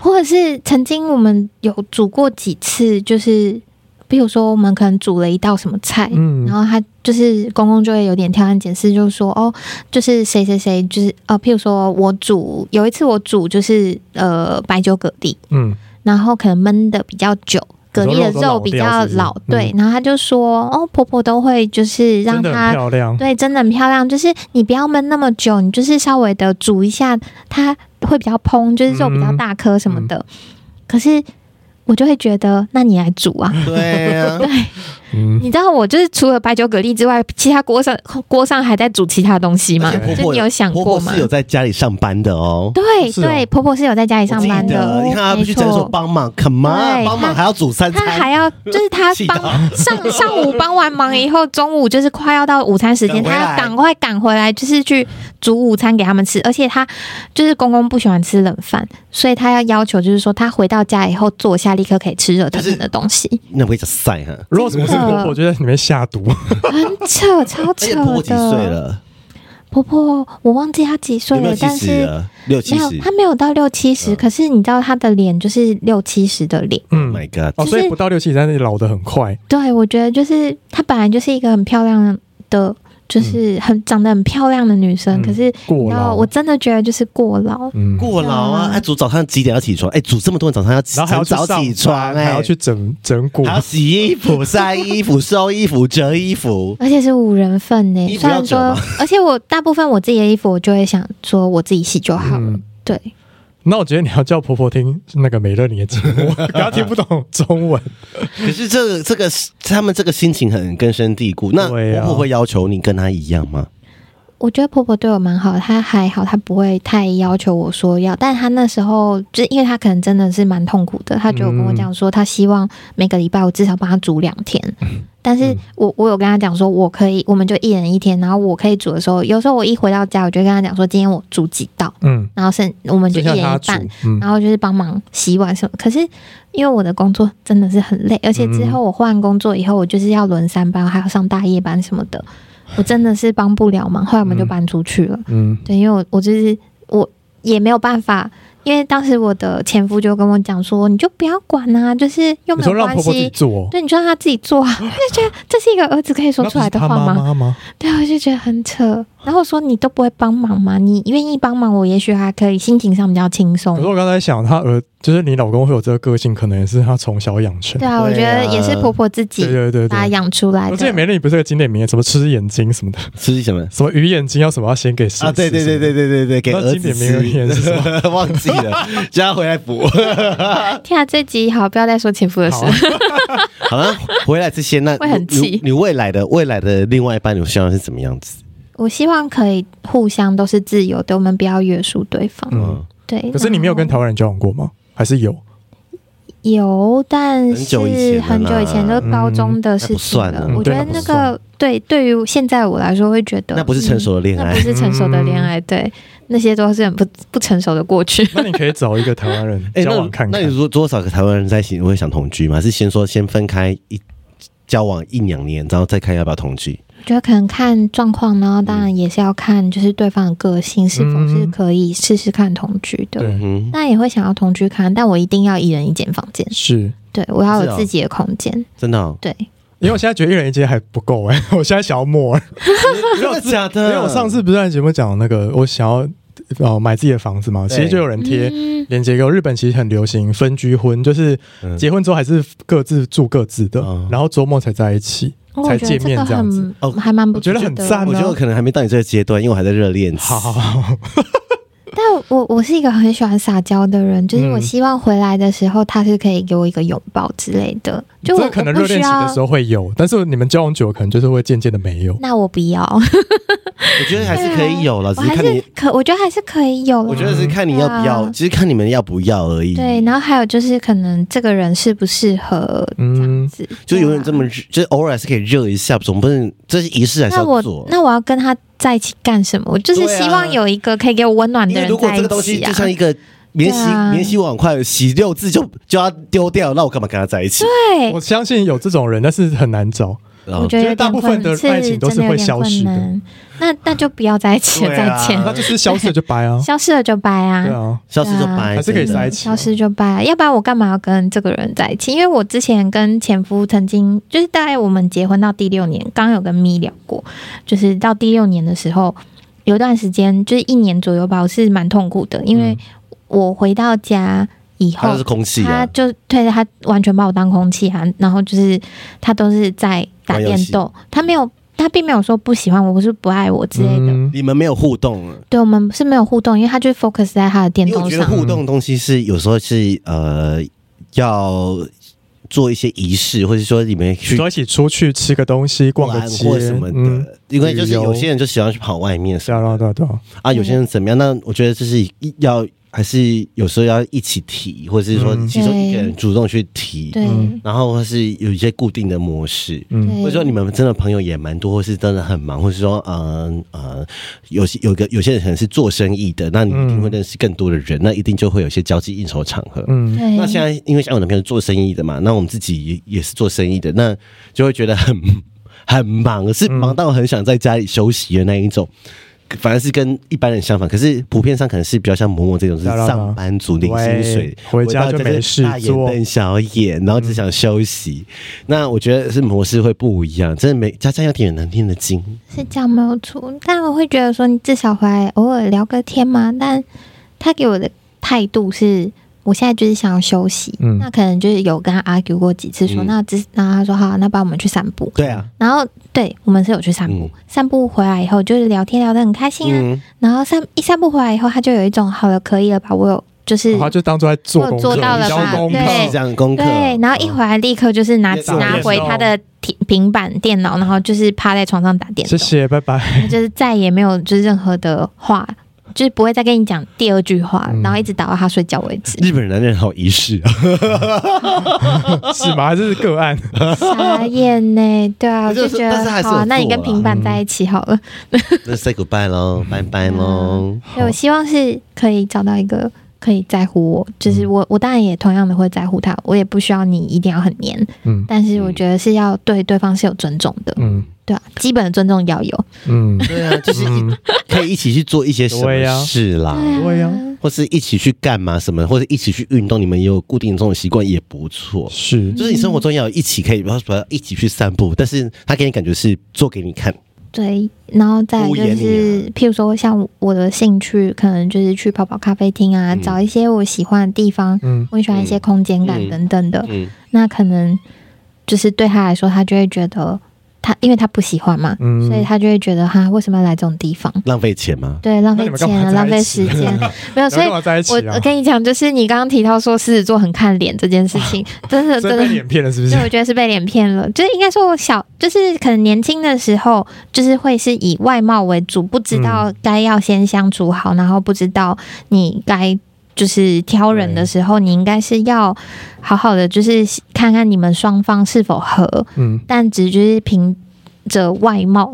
或者是曾经我们有煮过几次，就是比如说我们可能煮了一道什么菜，嗯然后他就是公公就会有点挑三拣四，就说哦，就是谁谁谁，就是呃，譬如说我煮有一次我煮就是呃白酒蛤蜊，嗯，然然后可能焖的比较久。你蛤蜊的说肉都老肉比较掉是不是老，嗯对，然后他就说，哦，婆婆都会就是让真的很它，漂亮。对，真的很漂亮，就是你不要焖那么久，你就是稍微的煮一下，它会比较蓬，就是肉比较大颗什么的。可是我就会觉得那你来煮啊。对啊， 嗯，你知道我就是除了白酒蛤蜊之外，其他锅上锅上还在煮其他东西吗？而且婆就婆你有 想婆过婆吗是？有在家里上班的哦。对是哦对，婆婆是有在家里上班我记得的，你看她不去诊所帮忙，Come 对 on，帮忙她还要煮三他餐，还要 就是他气到帮上上午帮完忙以后，中午就是快要到午餐时间，赶回他来要赶快赶回来，就是去煮午餐给他们吃。而且他就是公公不喜欢吃冷饭，所以他要要求就是说，他回到家以后坐下立刻可以吃热腾腾的东西，那不会叫晒哈。如果我是婆婆，我觉得你们下毒。很扯， 超而且扯哎婆婆几岁的。了？婆婆，我忘记她几岁有没了有，七但十是了？六没七有十，嗯她没有到六七十，可是你知道她的脸就是六七十的脸。嗯，Oh ？My God！就哦，是所以不到六七，但是老得很快。对，我觉得就是她本来就是一个很漂亮的，就是很、长得很漂亮的女生，嗯可是过然后劳，我真的觉得就是过劳。嗯，过劳啊！嗯哎，煮早上几点要起床？哎，煮这么多人早上要起然后还要很去早上起床，班还哎，要去整整骨还，要洗衣服、晒衣服、收衣服、折衣服。而且是五人份呢衣，服虽要然折说吗，而且我大部分我自己的衣服，我就会想说我自己洗就好了。嗯对，那我觉得你要叫婆婆听那个美乐你的节目，她听不懂中文。可是这个这个他们这个心情很根深蒂固。那对啊婆婆会要求你跟她一样吗？我觉得婆婆对我蛮好，她还好，她不会太要求我说要，但她那时候就是因为她可能真的是蛮痛苦的，她就有跟我讲说，她希望每个礼拜我至少帮她煮两 天。但嗯是我我有跟她讲说，我可以，我们就一人一天，然后我可以煮的时候，有时候我一回到家，我就跟她讲说，今天我煮几道，嗯，然后剩我们就就一像人她一煮半，，嗯然后就是帮忙洗碗什么。可是因为我的工作真的是很累，而且嗯之后我换工作以后，我就是要轮三班，还要上大夜班什么 的，我真的是帮不了忙。后来我们就嗯搬出去了。嗯，对，因为我我就是我也没有办法，因为当时我的前夫就跟我讲说，你就不要管啊，就是又没有你说让关婆婆自己系。做，哦对，你就让他自己做 啊，我就觉得这是一个儿子可以说出来的话那不是她吗？妈妈吗？对，我就觉得很扯。然后我说你都不会帮忙吗？你愿意帮忙我，也许还可以心情上比较轻松可是。我刚才想，她儿就是你老公会有这个个性，可能也是她从小养成对。啊，我觉得也是婆婆自己对对对把她对。养出来我之前的。美乐你不是有个经典名言，什么吃眼睛什么的，吃什么？什么鱼眼睛要什么要先给谁啊，对对对对，对对对，给那儿经子典名言是什吃， 忘记 了，叫他回来补。天啊，这集好，不要再说前夫的是事不。是好，啊好了，回来之前那会很气你你未来的未来的另外一半，你希望是怎么样子？我希望可以互相都是自由的，我们不要约束对方。嗯。对，可是你没有跟台湾人交往过吗？还是有？有，但很久以前是了很久以前，啦就是高中的嗯那事不情算了。啊我觉对那得不那算个对，对于现在我来说，会觉得那不是成熟的嗯恋那爱不，是成熟的恋爱，对，那些都是很不不成熟的过 去。那你可以找一个台湾人 哎，交那往看那看你。说多少个台湾人在一起，你会想同居吗？还是先说先分开一交往一两年，然后再看要不要同居？我觉得可能看状况，然后当然也是要看就是对方的个性是否是嗯可以试试看同居的。对，嗯，那也会想要同居看，但我一定要一人一间房间，是啊对我要是哦有自己的空间。真的哦，对，因为我现在觉得一人一间还不够哎，我现在想要莫嗯尔，真的假因的哦为我上次不是在节目讲那个我想要哦买自己的房子嘛，其对实就有人贴嗯链接给我。日本其实很流行分居婚，就是嗯结婚之后还是各自住各自的嗯，然后周末才在一起，哦我才觉得见这面个这样子。很哦还蛮不我觉得很错的赞啊我觉得我可能还没到你这个阶段，因为我还在热恋期。好好好，好但我我是一个很喜欢撒娇的人，就是嗯我希望回来的时候，他是可以给我一个拥抱之类的。就这我可能我不热需恋期的要时，候会有，但是你们交往久了，可能就是会渐渐的没有。那我不要，我觉得还是可以有了，只我是还看是你，可，我觉得还是可以有啦。啊我觉得是看你要不要，嗯其实看你们要不要而已。对，，然后还有就是可能这个人适不适合这样嗯，子，就对啊永远这么，热，就是偶尔还是可以热一下，总不能这是仪式还是那要我做。那我要跟他在一起干什么？我就是对啊希望有一个可以给我温暖因的为人如果在这一个东西起啊就。像一个免洗对啊免洗碗筷，洗六次就就要丢掉，那我干嘛跟他在一起？哦对，我相信有这种人，但是很难找。然后我觉得觉得有大点部困分的难，爱情都是真的有会点消失困的难。那那就不要在一起了，对啊再见，那就是消失了就 掰啊，消失了就拜啊。对啊，消失就掰，还是可以真的在一起啊消。失就拜啊，要不然我干嘛要跟这个人在一起？因为我之前跟前夫曾经就是大概我们结婚到第六年，刚刚有跟咪聊过，就是到第六年的时候，有一段时间就是一年左右吧，我是蛮痛苦的，因嗯为我回到家以它后，就是空气他啊，就对他完全把我当空气啊，然后就是他都是在打玩游电戏动，他没有他并没有说不喜欢我，不是不爱我之类的。嗯你们没有互动了。对我们是没有互动，因为他就 focus 在他的电因为我动觉得上。互动的东西是有时候是呃要做一些仪式，或者说你们去说一起出去吃个东西、逛个玩街或什么的，嗯，因为就是旅游有些人就喜欢去跑外面什对么啊，对啊，对啊对啊，啊，嗯有些人怎么样？那我觉得就是要还是有时候要一起提，或者是说嗯其中一个人主动去提，对嗯然后或是有一些固定的模式。对嗯，或者说你们真的朋友也蛮多，或是真的很忙，或是说，嗯呃，有些有个有些人可能是做生意的，那你一定会认识更多的人，那一定就会有一些交际应酬场合。嗯，对，那现在因为像我男朋友是做生意的嘛，那我们自己也也是做生意的，那就会觉得很 很忙，是忙到很想在家里休息的那一种。反而是跟一般人相反，可是普遍上可能是比较像某某这种，就是当然了上班族领薪水对，回家到就没事就是大眼做嗯瞪小眼，然后只想休息。那我觉得是模式会不一样，真的没家家有点难念的经。是这样没有错，但我会觉得说，你至少回来偶尔聊个天嘛。但他给我的态度是，我现在就是想要休息。嗯那可能就是有跟他 argue 过几次说嗯那只，那他说好，那不然我们去散步。对啊，然后对我们是有去散步，嗯散步回来以后就是聊天聊得很开心啊。嗯，然后散一散步回来以后，他就有一种好了，可以了吧？我有就是、然后就当做在做我功课，做到了交吧功课对是这样功课。对，然后一回来立刻就是哦拿打拿回电动他的平平板电脑，然后就是趴在床上打电谢动。谢，拜拜。他就是再也没有就是任何的话，就是不会再跟你讲第二句话，嗯然后一直打到他睡觉为止 。日本人男人好仪式啊，是吗？还是个案？傻眼呢，对啊，我就是就觉但是还是得有好啊，那你做跟啦嗯平板在一起好了。那 say goodbye 喽，拜拜喽。对，我希望是可以找到一个可以在乎我，就是嗯我，我当然也同样的会在乎他，我也不需要你一定要很黏，嗯但是我觉得是要对对方是有尊重的，嗯对啊，基本的尊重要有。嗯，对啊，就是一啊嗯可以一起去做一些什对么呀事啦，对呀或是一起去干嘛什么，或者一起去运动，你们也有固定这种习惯也不错。是就是你生活中要有一起可以，比方说一起去散步，但是他给你感觉是做给你看，对，然后再来敷就衍你啊是，譬如说像我的兴趣，可能就是去跑跑咖啡厅啊，嗯找一些我喜欢的地方，嗯我很喜欢一些嗯空间感嗯等等的。嗯，那可能就是对他来说，他就会觉得他，因为他不喜欢嘛，嗯，所以他就会觉得哈，为什么要来这种地方？浪费钱吗？对，浪费那你们钱干嘛啊，在浪一费时起间， 没有。所以跟我在一起我啊我，跟你讲，就是你刚刚提到说狮子座很看脸这件事 情，真的所以真被的脸骗了是不是对，？我觉得是被脸骗了。就是应该说，我小就是可能年轻的时候，就是会是以外貌为主，不知嗯道该要先相处好，然后不知道你该就是挑人的时候，你应该是要好好的，就是看看你们双方是否合，嗯但只就是凭着外貌，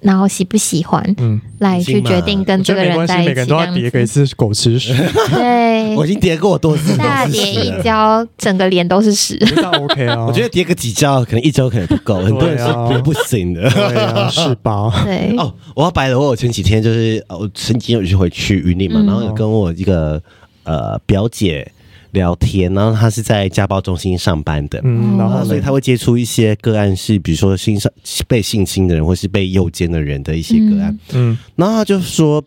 然后喜不喜欢嗯，来去决定跟我这觉个得没人关系，在一每起个人这都样要叠个一子。次狗吃屎， 对我，已经叠过多次，嗯大都是啊叠屎一了。跤，整个脸都是屎。那 OK 啊，我觉得叠个几跤，可能一跤可能不够，很多人对啊是不不行的。对啊，是吧？对，哦，我要白了。我有前几天就是，呃我曾经有去回去云林嘛，嗯然后有跟我一个呃表姐聊天，然后她是在家暴中心上班的，哦嗯，然然后后所以呢？她会接触一些个案是，比如说性上被性侵的人，或是被诱奸的人的一些个案，嗯然后她就说。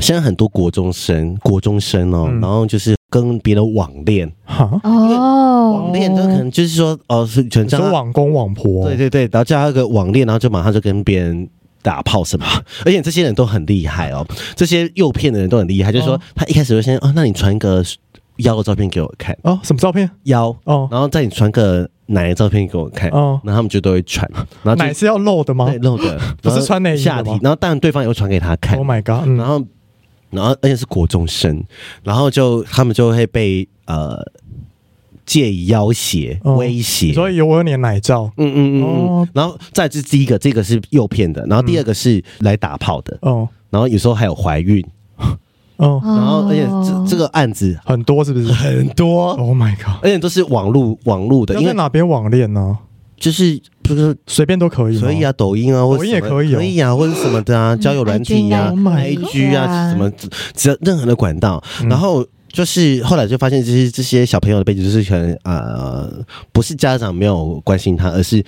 现在很多国中生，国中生哦，嗯然后就是跟别人网恋，哈，哦网，恋就可能就是说，哦，是可能你叫说她网公网婆，对对对，然后叫他一个网恋，然后就马上就跟别人。打炮什么？ 而且这些人都很厉害哦，这些诱骗的人都很厉害。就是说哦，他一开始就先哦，那你传个腰的照片给我看，哦，什么照片？腰，哦然后再你传个奶的照片给我看，哦，然后他们就都会传，然后就奶是要露的吗对露 的，不是然后穿内衣的下体吗，然后当然对方也会传给他看？Oh，my god！嗯然后，然后而且是国中生，然后就他们就会被呃借以要挟、哦威胁，所以有我有你的奶照，嗯嗯嗯嗯哦嗯，然后再来是第一个，这个是诱骗的，然后第二个是来打炮的，哦然后有时候还有怀孕，哦，然后而且这这个个案子很多是不是很多， ？Oh my god！而且都是网络网络的，要因在为哪边网恋呢？就是就是随便都可以吗？可以啊，抖音啊，或者抖音也什么可以哦嗯可以啊，或者什么的啊，交友软体啊 IG 应该 i 也可 G 啊，以什么只要任何的管道，嗯然后。就是后来就发现，这些这些小朋友的背景就是可能呃，不是家长没有关心他，而是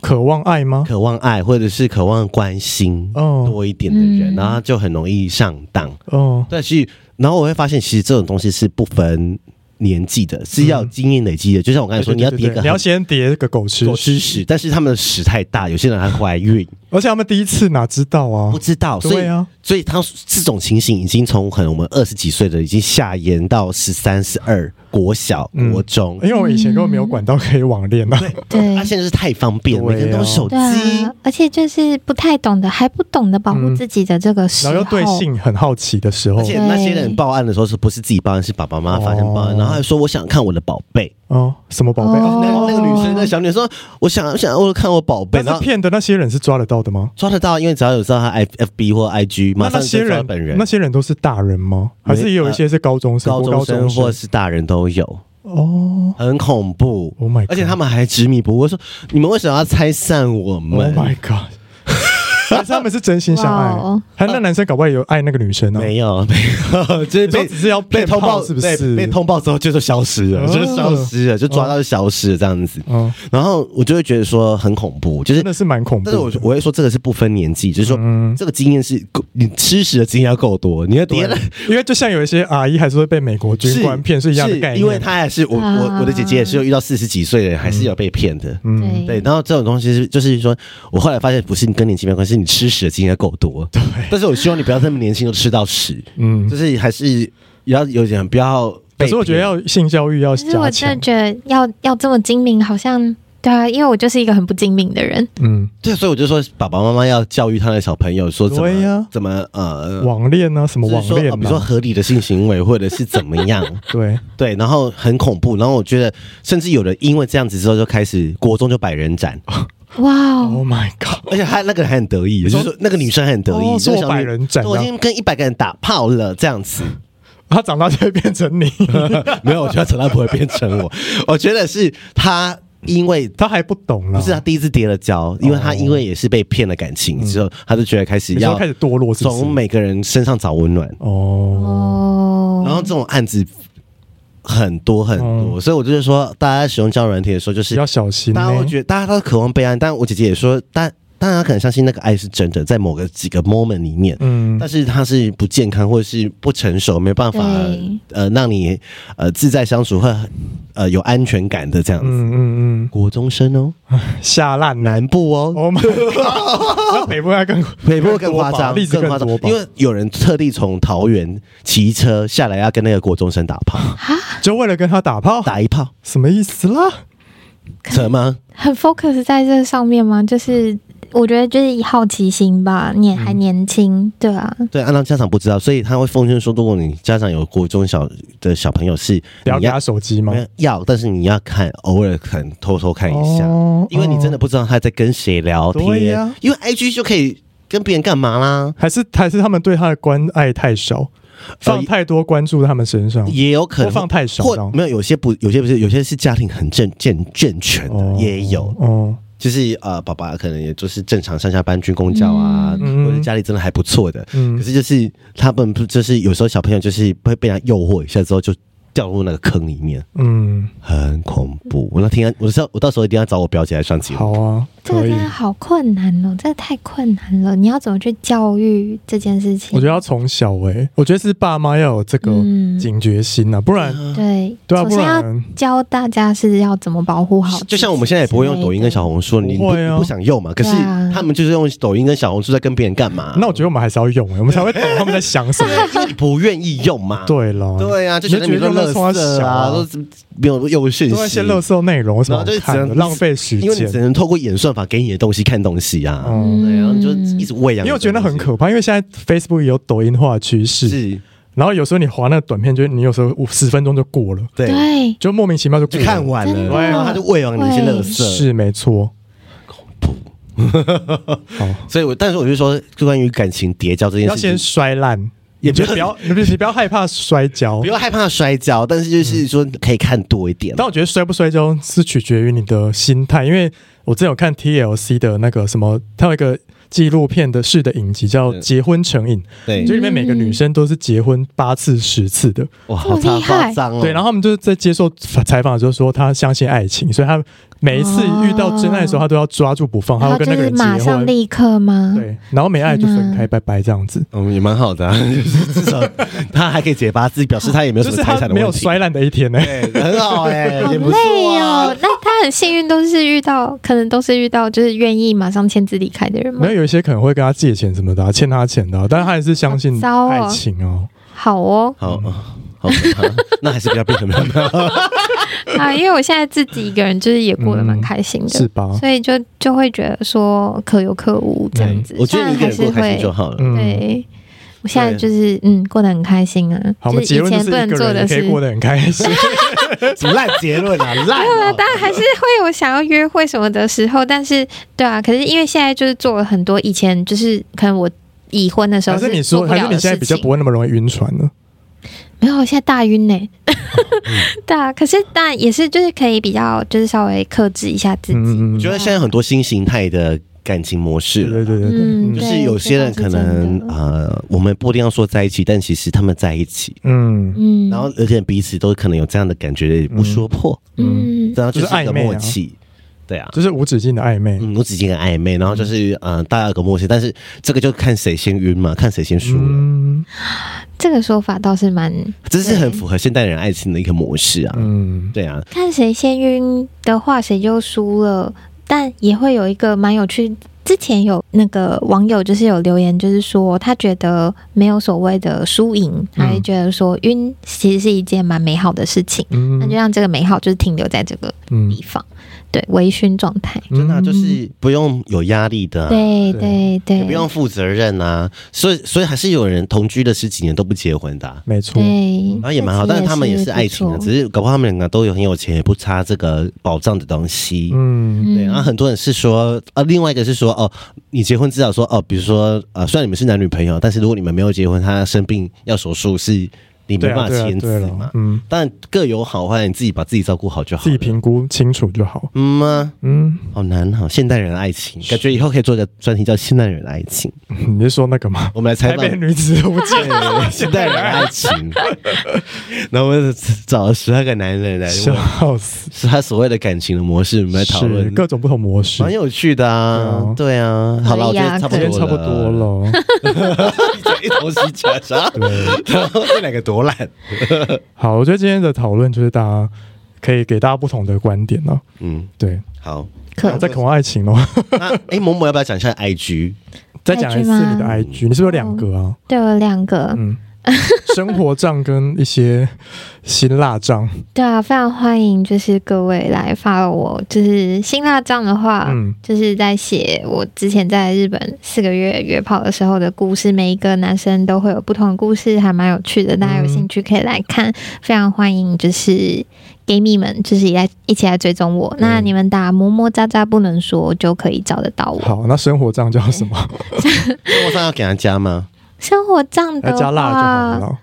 渴望爱吗？渴望爱或者是渴望关心哦多一点的人，嗯然后就很容易上当。哦，但是，然后我会发现，其实这种东西是不分年纪的，是要经验累积的。就像我刚才说，嗯对对你要对叠对个你要先叠个狗吃狗吃屎，屎，但是他们的屎太大，有些人还怀孕，而且他们第一次哪知道啊不？知道，所以、对啊所以他这种情形已经从可能我们二十几岁的已经下延到十三、十二国小、嗯国中，因为我以前根本没有管到可以网恋啊。对他现在是太方便，对啊每个人都是手机对，啊，而且就是不太懂得，还不懂得保护自己的这个时 嗯然候，后又对性很好奇的时候而，且对那些人报案的时候是不是自己报案，是爸爸妈妈发现报案，哦然后还说我想看我的宝贝。哦，什么宝贝？哦哦那那个女生，那个小女生说，我想我想我看我宝贝，然那后是骗的那些人是抓得到的吗？抓得到，因为只要有知道他 F F B 或 I G，马那上那些就抓人到本人呃那。些人都是大人吗？还是也有一些是高中生、高国中生生或是大人都有，哦很恐怖。 ？Oh my！而且他们们还执迷不悟，说你们为什么要拆散我，Oh 们？ my God！还是他们是真心相哇哦爱，还是那男生搞不好也有爱那个女生呢？啊没有，没 有，就是你说被只是要被骗通炮报，是不对是？被通报之后就就消失了，哦就消失了，就抓到就消失了这样子。嗯，然后我就会觉得说很恐怖，就是真的是蛮恐怖但是我的。我会说这个是不分年纪，就是说、嗯这个经验是够你吃屎的经验要够多，你要别的对。 因为就像有一些阿姨还是会被美国军官骗是一样的概念，嗯因为她还是我我啊我的姐姐也是有遇到四十几岁的人，还是有被骗的。对对，然后这种东西是就是说，我后来发现不是你跟年纪没关系，是你吃屎的经验要够多。对，但是我希望你不要这么年轻就吃到屎，嗯就，是还是也要有点不要可被骗。是我觉得要性教育要可是我真的加强，觉得要要这么精明，好像对啊，因为我就是一个很不精明的人。嗯，对，所以我就说爸爸妈妈要教育他的小朋友说怎么、对呀怎么呃。网恋啊，什么就是网说、恋 呃比如说啊，合理的性行为，或者是呃怎么样， 对，对，然后呃很恐怖，然后我觉得，甚至有人因为这样子之后就开始国中就摆人展，嗯哇哦， Oh my god！而且他那个人还很得意，就是说那个女生还很得意，哦就是我想摆人展啊我已经跟一百个人打炮了这样子，他长大就会变成 你，没有，我觉得陈大不会变成我，我觉得是他因为。他还不懂啊啦。不是他第一次跌了跤，因为他因为也是被骗了感情之后，他就觉得开始哦嗯你要说开始堕落是不从是？每个人身上找温暖，哦，哦，然后这种案子很多很多，所以我就是说，大家使用交友软体的时候，就是哦要小心大呢家会。觉得大家都渴望被爱，但我姐姐也说，大大家可能相信那个爱是真的，在某个几个 moment 里面，嗯，但是它是不健康或者是不成熟，没办法对呃让你呃自在相处或呃有安全感的这样子。嗯嗯国中生哦，嗯，下烂男南部哦， ，Oh my god！那 北部要更北部更夸张，例子更更夸张多，吧因？为有人特地从桃园骑车下来，要跟那个国中生打炮，就为了跟他打炮，打 一炮，什么意思啦？扯吗？很 focus 在这上面吗？嗯就是我觉得就是以好奇心吧，年还年轻，对啊，对，安让家长不知道，所以他会奉劝说，如果你家长有国中小的小朋友是，不要你给要他手机吗没？有要，但是你要看，偶尔可能偷偷看一下，哦因为你真的哦不知道他在跟谁聊对天，呀因为 IG 就可以跟别人干嘛啦，还是还是他们对他的关爱太少，放太多关注在他们身上。呃也有可能播放太少这或样没有有些不，有些不是，有些是家庭很健健健全的，哦也有，哦，就是呃，爸爸可能也就是正常上下班军工教啊，嗯或者家里真的还不错的，嗯可是就是他们不就是有时候小朋友就是会被他诱惑一下之后就掉入那个坑里面。嗯，很恐怖。我那天，我知道，我到时候一定要找我表姐来上节目。好啊，这个可以真。的好困难哦，这个太困难了。你要怎么去教育这件事情？我觉得要从小哎、我觉得是爸妈要有这个嗯警觉心呐、不然嗯对，对啊首先不要然教大家是要怎么保护好自己之类的，就像我们现在也不会用抖音跟小红书，你不不会啊你不想用嘛？可是对啊他们就是用抖音跟小红书在跟别人干嘛？那我觉得我们还是要用、欸，我们才会懂 他们在想什么。因 为你不愿意用嘛？对啦，对啊，就觉得你你们就觉得用都垃垃圾圾啊，啊都没有用讯息都，在一些垃圾内容，有什么然后好就只看的？能浪费时因为你只间。能透过演算法给你的东西看东西啊。嗯，对，然后你就一直喂养。因为我觉得那很可怕，因为现在 Facebook 也有抖音化的趋势，是，然后有时候你滑那个短片，就是你有时候五十分钟就过了，对，对，就莫名其妙就过就了看完真了，的然后他就喂养你一些垃圾。是没错，恐怖。好，所以我，但是我就说，就关于感情叠交这件要事情先，摔烂，也也不不要不 要，你不你不要害怕摔跤不。要害怕摔跤，但是就是说可以看多一点。但我觉得摔不摔跤是取决于你的心态，因为我之前有看 TLC 的那个什么，它有一个纪录片的式的影集叫《结婚成瘾》，嗯对就里面每个女生都是结婚八次、十次的，哇，这么好差厉害夸张哦！对，然后他们就是在接受采访的时候说，她相信爱情，所以她每一次遇到真爱哦的时候，她都要抓住不放，她然后要跟就那个是人马结上婚，立刻吗？对，然后没爱就分开，天拜拜这样子。嗯，也蛮 好的、啊，就是至少他还可以解八字，表示他也没有就什是么财她产的没问有题，摔烂的一天呢、对很好哎、好也不累错啊。哦，那他很幸运，都是遇到，可能都是遇到就是愿意马上签字离开的人嘛没。有，有一些可能会跟他借钱什么的啊、欠他钱的啊、但是他还是相信好糟哦爱情哦。好哦，好，啊好可怕，那还是不要变成没有没 有啊，因为我现在自己一个人，就是也过得蛮开心的，嗯是啊吧？嗯所以就就会觉得说可有可无这样子。我觉虽得然你一个还人是过会，开心就好了。嗯，对，我现在就是嗯，过得很开心啊。好，我们就是结以论前就是不一能个做人也的可以事，过得很 开心。什么烂结论啊，烂哦！当然还是会有想要约会什么的时候，但是对啊，可是因为现在就是做了很多以前就是可能我已婚的时候还是你做说，不还是了你的现在事比较情不。会那么容易晕船呢？没有，我现在大晕呢、嗯 对啊，可是当然也是就是可以比较就是稍微克制一下自己。嗯嗯我觉嗯，得现在很多新形态的感情模式对了对。对对对，嗯嗯就对是有些人可能这倒是真的呃，我们不一定要说在一起，但其实他们在一起，嗯，嗯然后而且彼此都可能有这样的感觉，也不说破，嗯然后就是就是一个暧昧啊默契，对啊，就是无止境的暧昧。嗯，我只进个暧昧，然后就是嗯、呃大家有个默契，但是这个就看谁先晕嘛，看谁先输了，嗯这个说法倒是蛮这是很对符合现代人爱情的一个模式啊，嗯，对啊，看谁先晕的话，谁就输了。但也会有一个蛮有趣，之前有那个网友就是有留言，就是说他觉得没有所谓的输赢，他会觉得说晕其实是一件蛮美好的事情，嗯那就让这个美好就是停留在这个嗯地方，对微醺状态。真的啊、就是不用有压力的啊、嗯对对对也对，不用负责任啊，所以所以还是有人同居了十几年都不结婚的啊、没错，对，嗯然后也蛮好，这但其是实他们也是爱情的，啊不错只是搞不好他们两个都有很有钱，也不差这个保障的东西。嗯嗯对，然后很多人是说，呃，另外一个是说，哦，你结婚至少说，哦，比如说，呃，虽然你们是男女朋友，但是如果你们没有结婚，他生病要手术，是你没对啊办法对啊签字对嘛了，。嗯，但各有好坏，你自己把自己照顾好就好自己了。评估清楚就好。嗯吗、嗯，好难哦，现代人爱情，感觉以后可以做一个专题叫现代人爱情。 你是说那个吗？我们来采台访北女子无间，对现代人爱 情，然后我们找了十二个男人来问，笑死！是他所谓的感情的模式，我们来讨是论，各种不同模式蛮。有趣的啊，对啊，好了，我可以觉啊得差不今多天了，差不多，了，一头洗假啥， 然后这两个多烂，好，我觉得今天的讨论就是大家可以给大家不同的观点啊。嗯，对，好，可在渴望爱情哦 咯，那哎，某某要不要讲一下 IG？再讲一次你的 IG，你是不是有两个啊？对我有两个，嗯，生活账跟一些辛辣账。对啊，非常欢迎，就是各位来发我。就是辛辣账的话，嗯就是在写我之前在日本四个月约炮的时候的故事，每一个男生都会有不同的故事，还蛮有趣的。大嗯家有兴趣可以来看，非常欢迎，就是。gay 蜜们就是也来一起来追踪我，那嗯你们打么么喳喳不能说就可以找得到我。好，那生活账叫什么？ 生活上要给他加吗？生活账来的加辣就好话，了。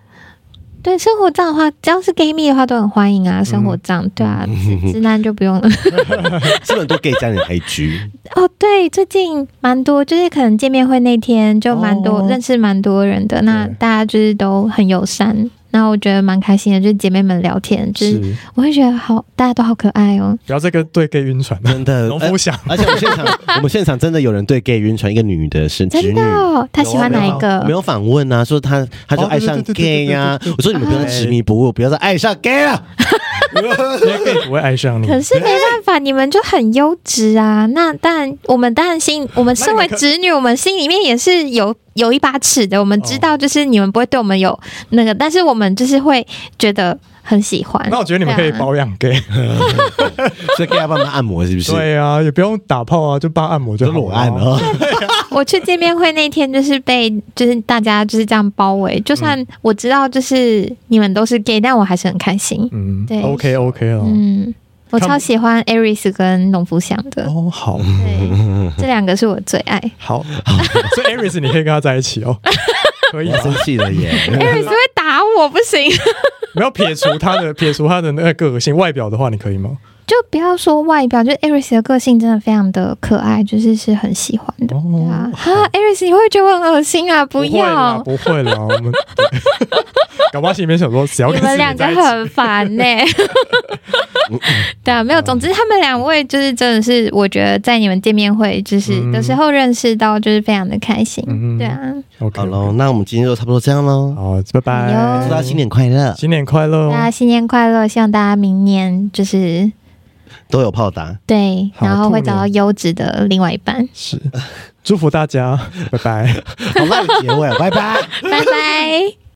对生活账的话，只要是 gay 蜜的话都很欢迎啊。嗯生活账、对 啊，直直男就不用了。是不是很多 gay 加你的 IG？哦，对，最近蛮多，就是可能见面会那天就蛮多、哦认识蛮多人的，那对大家就是都很友善，那我觉得蛮开心的，就是姐妹们聊天，就是是，我会觉得好，大家都好可爱哦。不要再跟对 gay 晕船了。真的，呃农夫想，而且我们现场，我们现场真的有人对 gay 晕船，一个女的是直真女的、。哦，他有啊喜欢哪一个？没有访问啊，说他他就爱上哦对对对 gay 呀、对对对对对我说你们不要再执迷不悟，不要再爱上 gay 啊 了。因为 gay 不会爱上你。可是没办法，你们就很优质啊。那当然，我们当然心，我们身为直女，我们心里面也是有有一把尺的。我们知道，就是你们不会对我们有那个，但是我们就是会觉得很喜欢。那我觉得你们可以对啊包养 gay，所以 gay 要帮忙按摩是不是？，对啊，也不用打炮啊，就帮按摩就就好裸按了。啊。我去见面会那天，就是被就是大家就是这样包围。就算我知道就是你们都是 gay，但我还是很开心。嗯对，OK OK 了。嗯，我超喜欢 Aris 跟农夫祥的，哦，好对，这两个是我最 爱。好，所以 Aris 你可以跟他在一起 哦，可以 我生吗？气了耶！ Aris 会打我，不行，没有撇除他的撇除他的那个个性外表的话，你可以吗？就不要说外表，就 Aris 的个性真的非常的可爱，就是是很喜欢的。对啊哦，，哈，Aris 你会不会觉得我很恶心啊？不不会啦要，不会啦，我们 搞不好心里面想说，只要你跟们自己两个在一起嗯很烦呢、对啊，没哦有。总之，他们两位就是真的是，我觉得在你们见面会就是嗯的时候认识到，就是非常的开心。嗯对啊， OK，好喽，那我们今天就差不多这样喽。好，拜哎拜，呦 祝大家新年快乐！新年快乐大哦家，新年快乐！希望大家明年就是都有炮打。对，好然后会痛找到了优质的另外一半。是，祝福大家，拜拜。好烂的结尾，拜拜。拜拜。